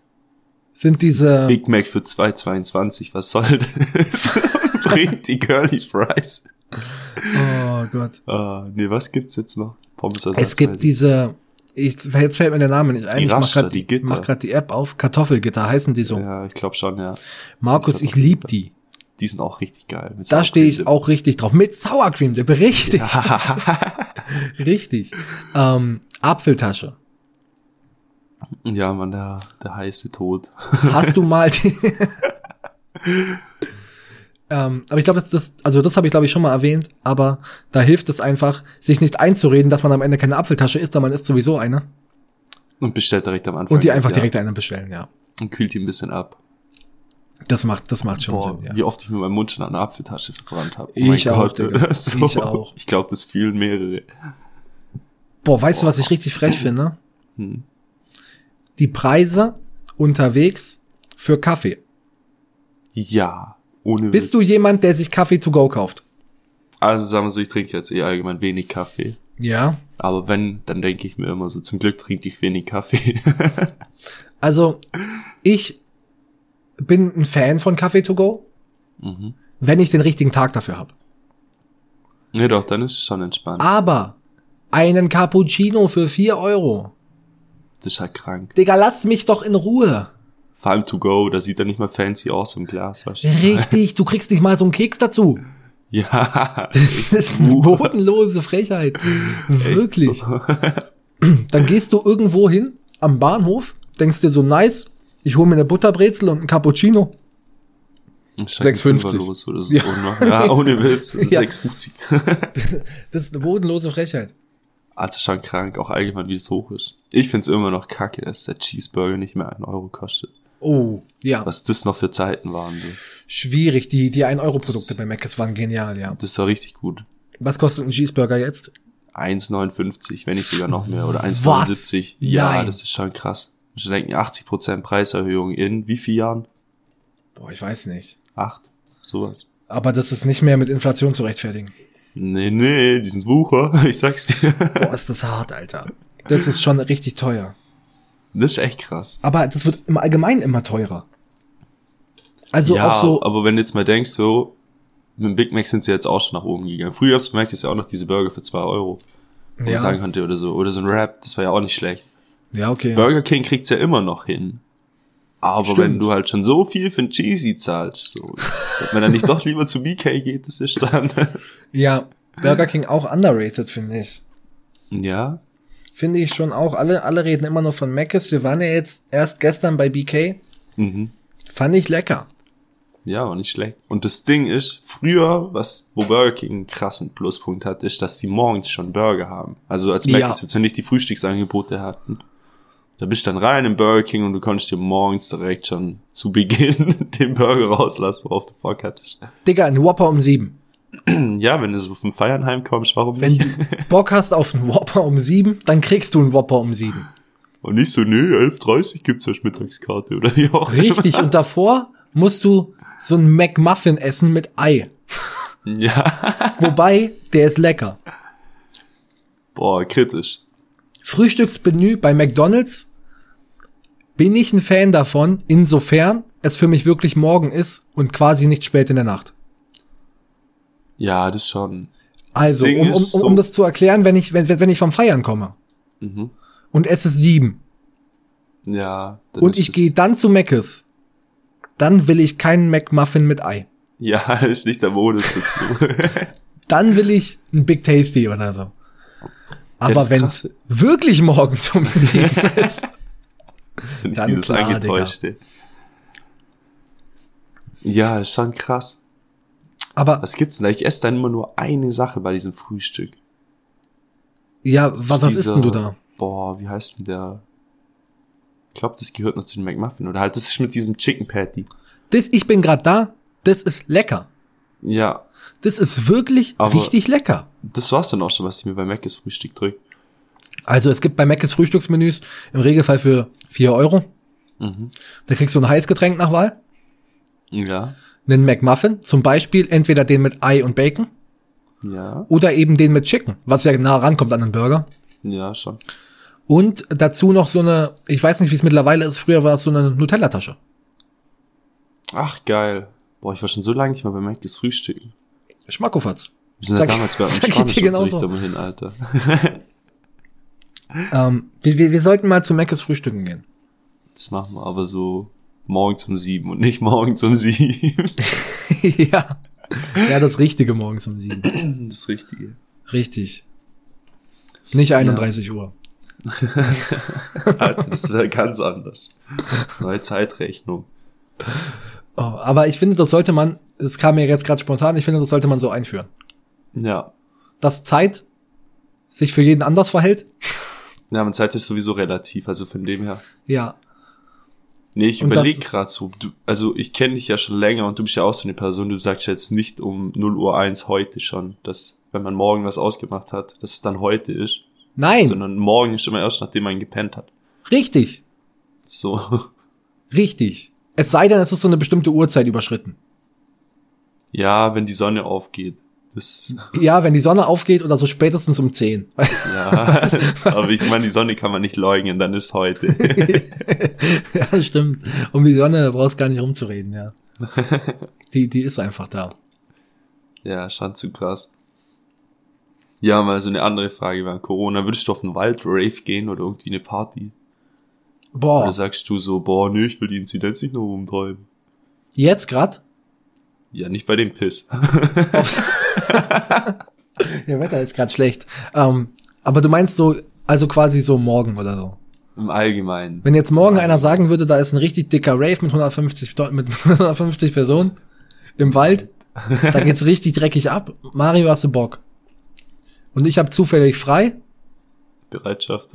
sind diese.
Big Mac für 2,22, was soll das? Bringt die Curly Fries.
Oh Gott.
Ah, nee, was gibt's jetzt noch? Pommes
Es gibt diese. Ich, jetzt fällt mir der Name nicht ein.
Die
ich mach
Raster,
grad,
die Gitter.
mach grad die App auf. Kartoffelgitter heißen die so.
Ja, ich glaube schon, ja.
Markus, ich lieb die.
Die sind auch richtig geil. Mit
Da
Sour
stehe ich
Cream
auch richtig drauf. Mit Sour Cream Dip. Richtig,
Dip. Hahaha.
richtig. Ähm, Apfeltasche.
ja, Mann, der, der heiße Tod.
Hast du mal die. ähm, aber ich glaube, das, das, also das habe ich, glaube ich, schon mal erwähnt, aber da hilft es einfach, sich nicht einzureden, dass man am Ende keine Apfeltasche isst, sondern man isst sowieso eine.
Und bestellt direkt am Anfang.
Und die einfach
ja.
direkt eine bestellen, ja.
Und kühlt die ein bisschen ab.
Das macht, das macht schon
Boah,
Sinn, ja.
wie oft ich mit meinem Mund schon an der Apfeltasche verbrannt Oh habe.
Ich auch, Digga. Ich auch.
Ich glaube, das fühlen mehrere.
Boah, weißt du, was ich richtig frech finde?
Hm.
Die Preise unterwegs für Kaffee.
Ja, ohne
Bist du
Witz.
jemand, der sich Kaffee to go kauft?
Also sagen wir so, ich trinke jetzt eh allgemein wenig Kaffee.
Ja.
Aber wenn, dann denke ich mir immer so, zum Glück trinke ich wenig Kaffee.
Also, ich bin ein Fan von Kaffee to go,
mhm.
wenn ich den richtigen Tag dafür habe.
Ja doch, dann ist es schon entspannt.
Ah. Aber einen Cappuccino für 4 Euro.
Das ist halt krank.
Digga, lass mich doch in Ruhe.
Vor allem to go, da sieht er nicht mal fancy aus im Glas, weißt du?
Richtig, du kriegst nicht mal so einen Keks dazu.
Ja.
Das ist eine bodenlose Frechheit. Wirklich.
So.
Dann gehst du irgendwo hin am Bahnhof, denkst dir so nice, ich hole mir eine Butterbrezel und ein Cappuccino. 6,50.
Steigt ein Fünfer Los oder so.
Ja.
Ja. ja, ohne Witz.
Ja.
6,50.
Das ist eine bodenlose Frechheit.
Also schon krank, auch allgemein, wie es hoch ist. Ich find's immer noch kacke, dass der Cheeseburger nicht mehr einen Euro kostet.
Oh, ja.
Was das noch für Zeiten waren. So.
Schwierig, die, die 1-Euro-Produkte bei Mc's waren genial, ja.
Das war richtig gut.
Was kostet ein Cheeseburger jetzt?
1,59, wenn nicht sogar noch mehr. Oder 1,79. Ja,
Nein.
das ist schon krass. Ich denken, 80% Preiserhöhung in wie vielen Jahren?
Boah, ich weiß nicht.
Acht? Sowas.
Aber das ist nicht mehr mit Inflation zu rechtfertigen.
Nee, nee, die sind Wucher, ich sag's dir.
Boah, ist das hart, Alter. Das ist schon richtig teuer.
Das ist echt krass.
Aber das wird im Allgemeinen immer teurer. Also
ja,
auch so,
aber wenn du jetzt mal denkst, so, mit dem Big Mac sind sie jetzt auch schon nach oben gegangen. Früher aufs Mac ist ja auch noch diese Burger für 2 Euro. wo man
Ja.
sagen konnte oder so. Oder so ein Rap, das war ja auch nicht schlecht.
ja, okay.
Burger King kriegt's ja immer noch hin. Aber
Stimmt.
wenn du halt schon so viel für ein Cheesy zahlst, so, ob man dann nicht doch lieber zu BK geht, das ist dann.
Ja, Burger King auch underrated, finde ich.
ja,
Finde ich schon auch. Alle, alle reden immer nur von Mc's. Wir waren ja jetzt erst gestern bei BK.
mhm.
Fand ich lecker.
ja, war nicht schlecht. Und das Ding ist, früher, was wo Burger King einen krassen Pluspunkt hat, ist, dass die morgens schon Burger haben. Also als Mac
Ja.
ist jetzt ja nicht die Frühstücksangebote hatten. Da bist du dann rein im Burger King und du konntest dir morgens direkt schon zu Beginn den Burger rauslassen, worauf du Bock hattest.
Digga, ein Whopper um sieben.
Ja, wenn du so vom Feiern heimkommst, warum
Wenn
nicht?
du Bock hast auf einen Whopper um sieben, dann kriegst du einen Whopper um sieben.
Und nicht so, nee, 11.30 gibt's ja Mittagskarte oder wie auch.
Richtig. Und davor musst du so einen McMuffin essen mit Ei.
Ja.
Wobei, der ist lecker.
Boah, kritisch.
Frühstücksmenü bei McDonald's bin ich ein Fan davon, insofern es für mich wirklich morgen ist und quasi nicht spät in der Nacht.
Ja, das schon.
Also,
Ding
um, um,
ist
um,
so-
um das zu erklären, wenn ich, wenn, wenn ich vom Feiern komme
Mhm.
und es ist sieben
Ja. dann
und
ist
ich
es-
gehe dann zu Mc's, dann will ich keinen McMuffin mit Ei.
Ja, ist nicht der Modus dazu.
Dann will ich ein Big Tasty oder so. Aber
das
wenn's
Krasse-
wirklich morgen zum Sieben ist,
Das finde ich
Dann
dieses
klar, Digga.
Angetäuschte. Ja, ist schon krass.
aber
Was gibt's denn da? Ich esse dann immer nur eine Sache bei diesem Frühstück.
ja,
Das
was, was ist
dieser-
denn du da?
Boah, wie heißt denn der? Ich glaube, das gehört noch zu den McMuffin. Oder halt, das ist mit diesem Chicken Patty.
Das, ich bin gerade da, das ist lecker.
Ja,
Das ist wirklich
Aber-
richtig lecker.
das war's dann auch schon, was ich mir bei Mac ist Frühstück drück.
Also es gibt bei Mc's Frühstücksmenüs im Regelfall für 4 Euro.
Mhm.
Da kriegst du ein Heißgetränk nach Wahl,
Ja.
einen McMuffin, zum Beispiel entweder den mit Ei und Bacon
Ja.
oder eben den mit Chicken, was ja nah rankommt an einen Burger.
Ja, schon.
Und dazu noch so eine, ich weiß nicht, wie es mittlerweile ist, früher war es so eine Nutella-Tasche.
Ach, geil. Boah, ich war schon so lange nicht mehr bei Mac ist Frühstücken.
Schmackofatz.
Wir sind
Sag-
ja damals bei einem
sag ich dir
Spanischunterricht
genauso.
immer hin, Alter.
Ähm, wir, wir, wir sollten mal zu Mc's Frühstücken gehen.
Das machen wir aber so morgen zum sieben und nicht morgen zum sieben.
ja. Ja, das Richtige morgens um sieben.
Das Richtige.
Richtig. Nicht 31 Uhr.
Alter, das wäre ganz anders. Das neue Zeitrechnung.
Oh, aber ich finde, das sollte man, es kam mir jetzt gerade spontan, ich finde, das sollte man so einführen.
Ja.
Dass Zeit sich für jeden anders verhält.
Ja, man Zeit ist sowieso relativ, also von dem her.
Ja.
Nee, ich
Und das
überlege
ist-
gerade so. Du, also ich kenne dich ja schon länger und du bist ja auch so eine Person, du sagst ja jetzt nicht um 0 Uhr 1 heute schon, dass wenn man morgen was ausgemacht hat, dass es dann heute ist,
Nein,
sondern morgen ist immer erst, nachdem man gepennt hat.
richtig.
So.
Richtig. Es sei denn, es ist so eine bestimmte Uhrzeit überschritten.
Ja, wenn die Sonne aufgeht. Das,
Ja, wenn die Sonne aufgeht oder so spätestens um 10.
ja. Aber ich meine, die Sonne kann man nicht leugnen, dann ist heute.
ja, stimmt. Um die Sonne brauchst gar nicht rumzureden, ja. Die, die ist einfach da.
Ja, schon zu krass. Ja, mal so eine andere Frage während Corona. Würdest du auf einen Wild-Rave gehen oder irgendwie eine Party? Oder
Boah,
sagst du so, boah, nee, ich will die Inzidenz nicht noch rumtreiben?
jetzt grad?
Ja, nicht bei dem Piss.
Ja, Wetter ist grad schlecht. Ähm, aber du meinst so, also quasi so morgen oder so.
Im Allgemeinen.
Wenn jetzt morgen einer sagen würde, da ist ein richtig dicker Rave mit 150, Deu- mit 150 Personen im Wald, da geht's richtig dreckig ab. Mario, hast du Bock? Und ich habe zufällig frei
Bereitschaft.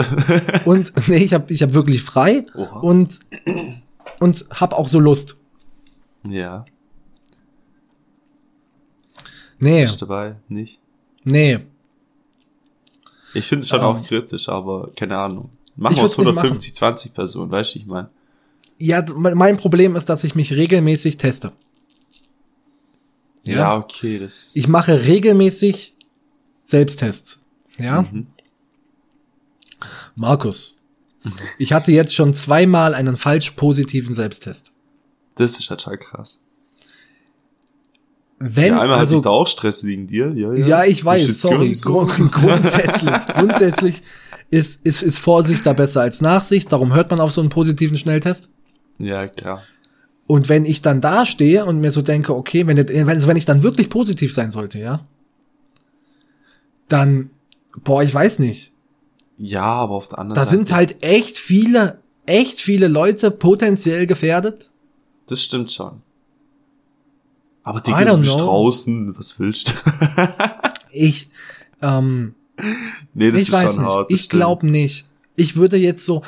und nee, ich habe ich hab wirklich frei
Oha.
und und hab auch so Lust.
ja,
Nee,
bist dabei, nicht?
nee.
Ich finde es schon
Ähm.
auch kritisch, aber keine Ahnung. Machen
Ich
wir
würd's
aus
nicht
150, 20 Personen, weißt du, ich meine.
Ja, d- me- mein Problem ist, dass ich mich regelmäßig teste.
Ja. okay, das...
Ich mache regelmäßig Selbsttests. Ja?
Mhm.
Markus, ich hatte jetzt schon zweimal einen falsch positiven Selbsttest.
das ist halt schon krass.
Wenn,
ja, einmal hatte
also,
ich da auch Stress wegen dir. Ja, ja.
ja, ich weiß, sorry.
Infektiös.
Grund, grundsätzlich, grundsätzlich ist, ist, ist Vorsicht da besser als Nachsicht. Darum hört man auf so einen positiven Schnelltest.
Ja, klar.
Und wenn ich dann da stehe und mir so denke, okay, wenn, wenn, also wenn ich dann wirklich positiv sein sollte, ja, dann, boah, ich weiß nicht.
Ja, aber auf der anderen
Da
Seite...
sind halt echt viele, echt viele Leute potenziell gefährdet.
Das stimmt schon. Aber
halt- I
Digga,
don't
du bist
know.
draußen, was willst du?
Ich, ähm,
nee, das
ich
ist
weiß
schon
nicht.
hart. das
ich glaube nicht. Ich würde jetzt so,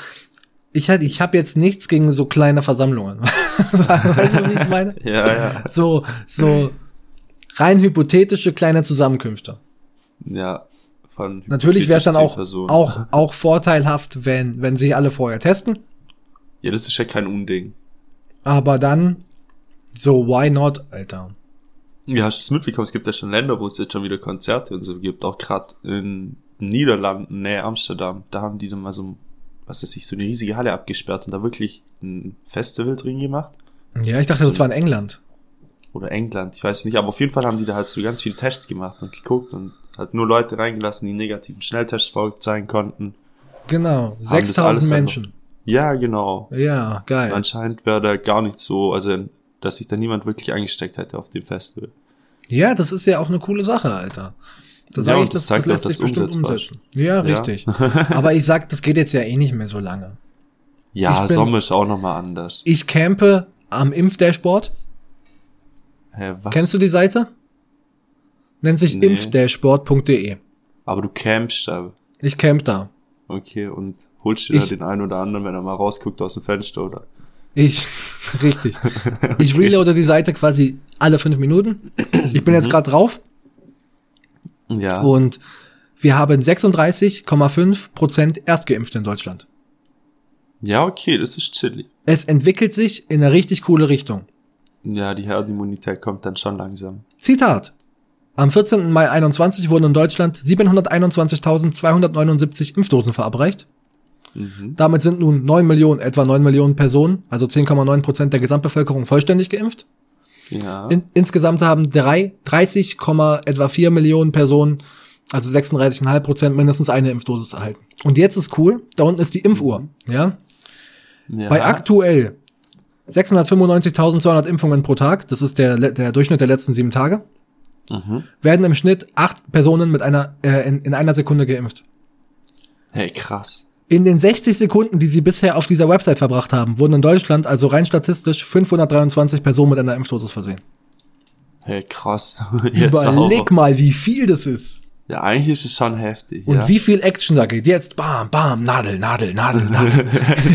ich hätte, ich habe jetzt nichts gegen so kleine Versammlungen. weißt du, wie ich meine?
stimmt. Ja, ja.
So, so rein hypothetische kleine Zusammenkünfte.
Ja. Von
Natürlich wäre es dann
hypothetisch
auch,
zehn Personen.
auch, auch vorteilhaft, wenn, wenn sich alle vorher testen.
Ja, das ist ja kein Unding.
Aber dann, so, why not, Alter?
Ja, hast du es mitbekommen? Es gibt ja schon Länder, wo es jetzt schon wieder Konzerte und so gibt. Auch gerade in den Niederlanden, nähe Amsterdam. Da haben die dann mal so, was weiß ich, so eine riesige Halle abgesperrt und da wirklich ein Festival drin gemacht.
Ja, ich dachte, das war in England.
Oder England, ich weiß nicht. Aber auf jeden Fall haben die da halt so ganz viele Tests gemacht und geguckt und halt nur Leute reingelassen, die negativen Schnelltests vorzeigen konnten.
Genau,
das alles
6000
dann
Menschen.
Ja, genau.
Ja,
Und
geil.
Anscheinend wäre da gar nicht so, also dass sich da niemand wirklich angesteckt hätte auf dem Festival.
Ja, das ist ja auch eine coole Sache, Alter. Da
Ja,
sage
und
ich,
das
das,
zeigt
das lässt
auch, dass
sich bestimmt
umsetzbar
umsetzen. Ja,
Ja.
richtig. Aber ich sag, das geht jetzt ja eh nicht mehr so lange. Ich
Ja,
bin-
Sommer ist auch nochmal anders.
Ich campe am Impfdashboard.
Hä, was?
Kennst du die Seite? Nennt sich
Nee.
impfdashboard.de.
Aber du campst da.
Ich camp da.
Okay, und holst dir da
Ich-
den einen oder anderen, wenn er mal rausguckt aus dem Fenster, oder?
Ich, richtig. Ich reloade die Seite quasi alle fünf Minuten. Ich bin jetzt gerade drauf
Ja.
und wir haben 36,5 Prozent Erstgeimpfte in Deutschland.
Ja, okay, das ist chillig.
Es entwickelt sich in eine richtig coole Richtung.
Ja, die Herdenimmunität kommt dann schon langsam.
Zitat. Am 14. Mai 21 wurden in Deutschland 721.279 Impfdosen verabreicht.
Mhm.
Damit sind nun 9 Millionen, etwa 9 Millionen Personen, also 10,9 Prozent der Gesamtbevölkerung vollständig geimpft.
Ja.
In, insgesamt haben drei, 30, etwa 4 Millionen Personen, also 36,5 Prozent mindestens eine Impfdosis erhalten. Und jetzt ist cool, da unten ist die Impfuhr, ja?
Mhm. ja.
Bei aktuell 695.200 Impfungen pro Tag, das ist der, le- der Durchschnitt der letzten sieben Tage,
Mhm.
werden im Schnitt acht Personen mit einer, äh, in, in einer Sekunde geimpft.
Hey, krass.
In den 60 Sekunden, die sie bisher auf dieser Website verbracht haben, wurden in Deutschland also rein statistisch 523 Personen mit einer Impfdosis versehen.
Hey, krass. Jetzt
Überleg
auch.
mal, wie viel das ist.
Ja, eigentlich ist es schon heftig.
Und
ja.
wie viel Action da geht. Jetzt bam, bam, Nadel, Nadel, Nadel, Nadel.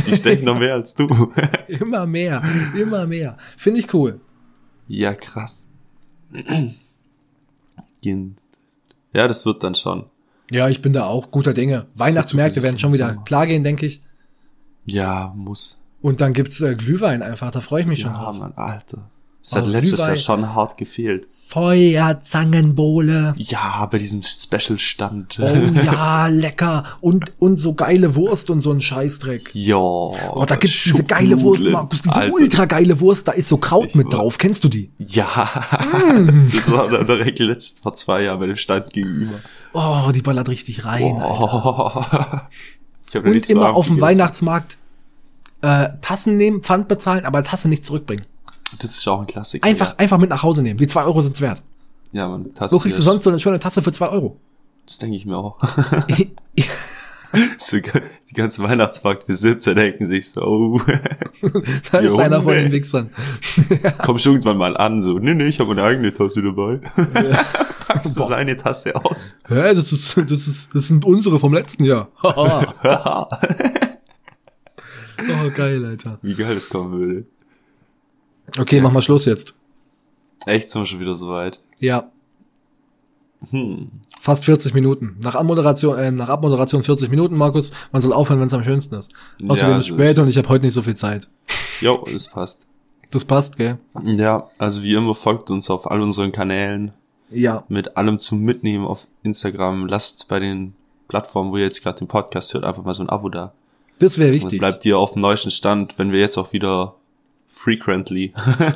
Die stecken noch mehr als du.
immer mehr, immer mehr. Finde ich cool.
ja, krass. Gen- Ja, das wird dann schon.
Ja, ich bin da auch guter Dinge. Weihnachtsmärkte werden schon wieder klar gehen, denke ich.
Ja, muss.
Und dann gibt's äh, Glühwein einfach, da freue ich mich schon
Ja,
drauf.
Mann, Alter. Das hat
Oh,
letztes
Glühwein.
Jahr schon hart gefehlt.
Feuerzangenbowle.
Ja, bei diesem Special-Stand.
Oh ja, lecker. Und, und so geile Wurst und so ein Scheißdreck.
Ja.
Oh, da gibt's diese geile Wurst, Markus, diese ultra geile Wurst, da ist so Kraut
Ich
mit
war-
drauf. Kennst du die?
Ja,
Mm.
das war dann direkt letztes vor zwei Jahren bei dem Stand gegenüber.
Oh, die ballert richtig rein. Alter.
Oh. Ich hab noch
Und
nichts zu
immer
Abend
auf dem
gegessen.
Weihnachtsmarkt äh, Tassen nehmen, Pfand bezahlen, aber Tasse nicht zurückbringen.
Das ist auch ein Klassiker.
Einfach, einfach mit nach Hause nehmen. Die zwei Euro sind's wert.
Ja, ja man, Tasse.
Wo kriegst du sonst so eine schöne Tasse für zwei Euro?
Das denke ich mir auch. so, die ganzen Weihnachtsmarktbesitzer denken sich so, oh,
da ist
Junge.
einer von den Wichsern.
kommst du irgendwann mal an, so, nee, nee, ich habe meine eigene Tasse dabei. Packst du seine Tasse aus.
Hä, das ist, das ist, das sind unsere vom letzten Jahr. Haha. oh, geil, Alter.
Wie geil das kommen würde.
Okay, mach mal Schluss jetzt.
Echt, sind wir schon wieder so weit.
Ja,
Hm.
fast 40 Minuten. Nach Abmoderation, äh, nach Abmoderation 40 Minuten, Markus. Man soll aufhören, wenn es am schönsten ist. Außerdem
Ja,
ist es
so
spät
ist es.
und ich habe heute nicht so viel Zeit.
Jo, das passt.
Das passt, gell?
Ja, also wie immer folgt uns auf all unseren Kanälen
Ja.
mit allem zum Mitnehmen auf Instagram. Lasst bei den Plattformen, wo ihr jetzt gerade den Podcast hört, einfach mal so ein Abo da.
Das wäre
Dann
wichtig.
bleibt ihr auf dem neuesten Stand, wenn wir jetzt auch wieder frequently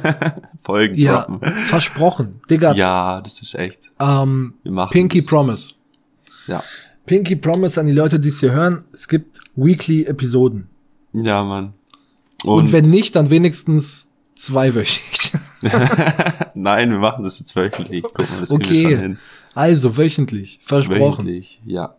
Folgen
ja,
droppen.
versprochen. Digga,
Ja, das ist echt.
ähm,
Wir machen
Pinky
das.
Promise.
Ja.
Pinky Promise an die Leute, die es hier hören. Es gibt weekly Episoden.
Ja, Mann.
Und, wenn nicht, dann wenigstens zweiwöchig.
nein, wir machen das jetzt wöchentlich. Guck mal, das kriegen wir schon
okay.
hin.
Also wöchentlich. Versprochen.
Wöchentlich, ja.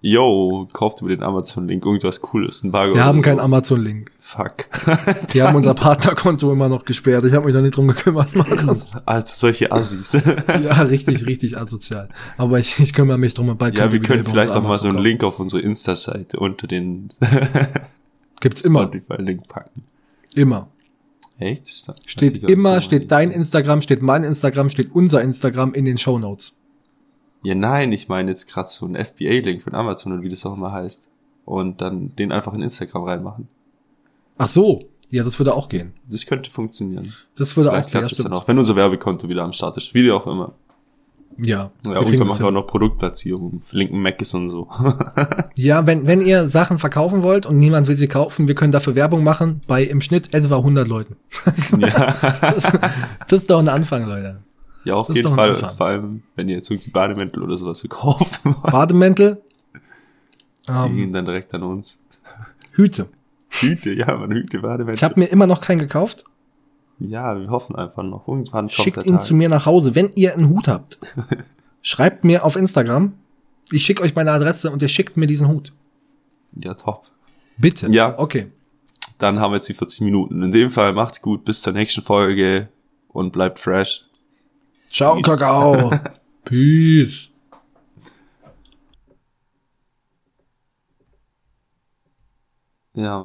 Yo, kauft über den Amazon-Link irgendwas Cooles. Ein Bargo
Wir haben
oder
keinen
so.
Amazon-Link.
Fuck.
Die haben unser Partnerkonto immer noch gesperrt. Ich habe mich da nicht drum gekümmert, Markus.
Also solche Assis.
Ja, richtig, richtig asozial. Aber ich, ich kümmere mich drum und bald
ja,
könnt ihr
wir
wieder
können
über
vielleicht
unser
auch mal so einen
Amazon
Link auf unsere Insta-Seite unter den
kaufen. Gibt's immer,
Spotify-Link packen.
immer.
Echt? Sta-
Steht
Artikel-
immer, steht dein Instagram, steht mein Instagram, steht unser Instagram in den Shownotes.
Ja, nein, ich meine jetzt gerade so einen FBA-Link von Amazon und wie das auch immer heißt. Und dann den einfach in Instagram reinmachen.
Ach so, ja, das würde auch gehen.
Das könnte funktionieren.
Das würde
Vielleicht
auch gehen, ja,
klappt das
stimmt.
dann auch, wenn unser Werbekonto wieder am Start ist. Wie auch immer.
Ja.
Ja, und dann machen wir auch noch Produktplatzierung, verlinken Macis und so.
Ja, wenn, wenn ihr Sachen verkaufen wollt und niemand will sie kaufen, wir können dafür Werbung machen bei im Schnitt etwa 100 Leuten.
ja.
Das, das ist doch ein Anfang, Leute.
ja, auf
Das ist
jeden
doch ein
Fall.
Anfang.
Vor allem, wenn ihr jetzt irgendwie Bademäntel oder sowas verkauft,
Bademäntel,
die
ähm,
gehen dann direkt an uns.
Hüte.
Hüte, ja, man Hüte,
Ich
Bademäntel.
habe mir immer noch keinen gekauft.
Ja, wir hoffen einfach noch. Irgendwann kommt
Schickt
der
ihn
Tag.
zu mir nach Hause, wenn ihr einen Hut habt. Schreibt mir auf Instagram. Ich schicke euch meine Adresse und ihr schickt mir diesen Hut.
ja, top.
Bitte.
Ja.
Okay.
Dann haben wir jetzt die 40 Minuten. In dem Fall macht's gut, bis zur nächsten Folge und bleibt fresh.
Ciao,
Peace.
Kakao. Peace.
Ja.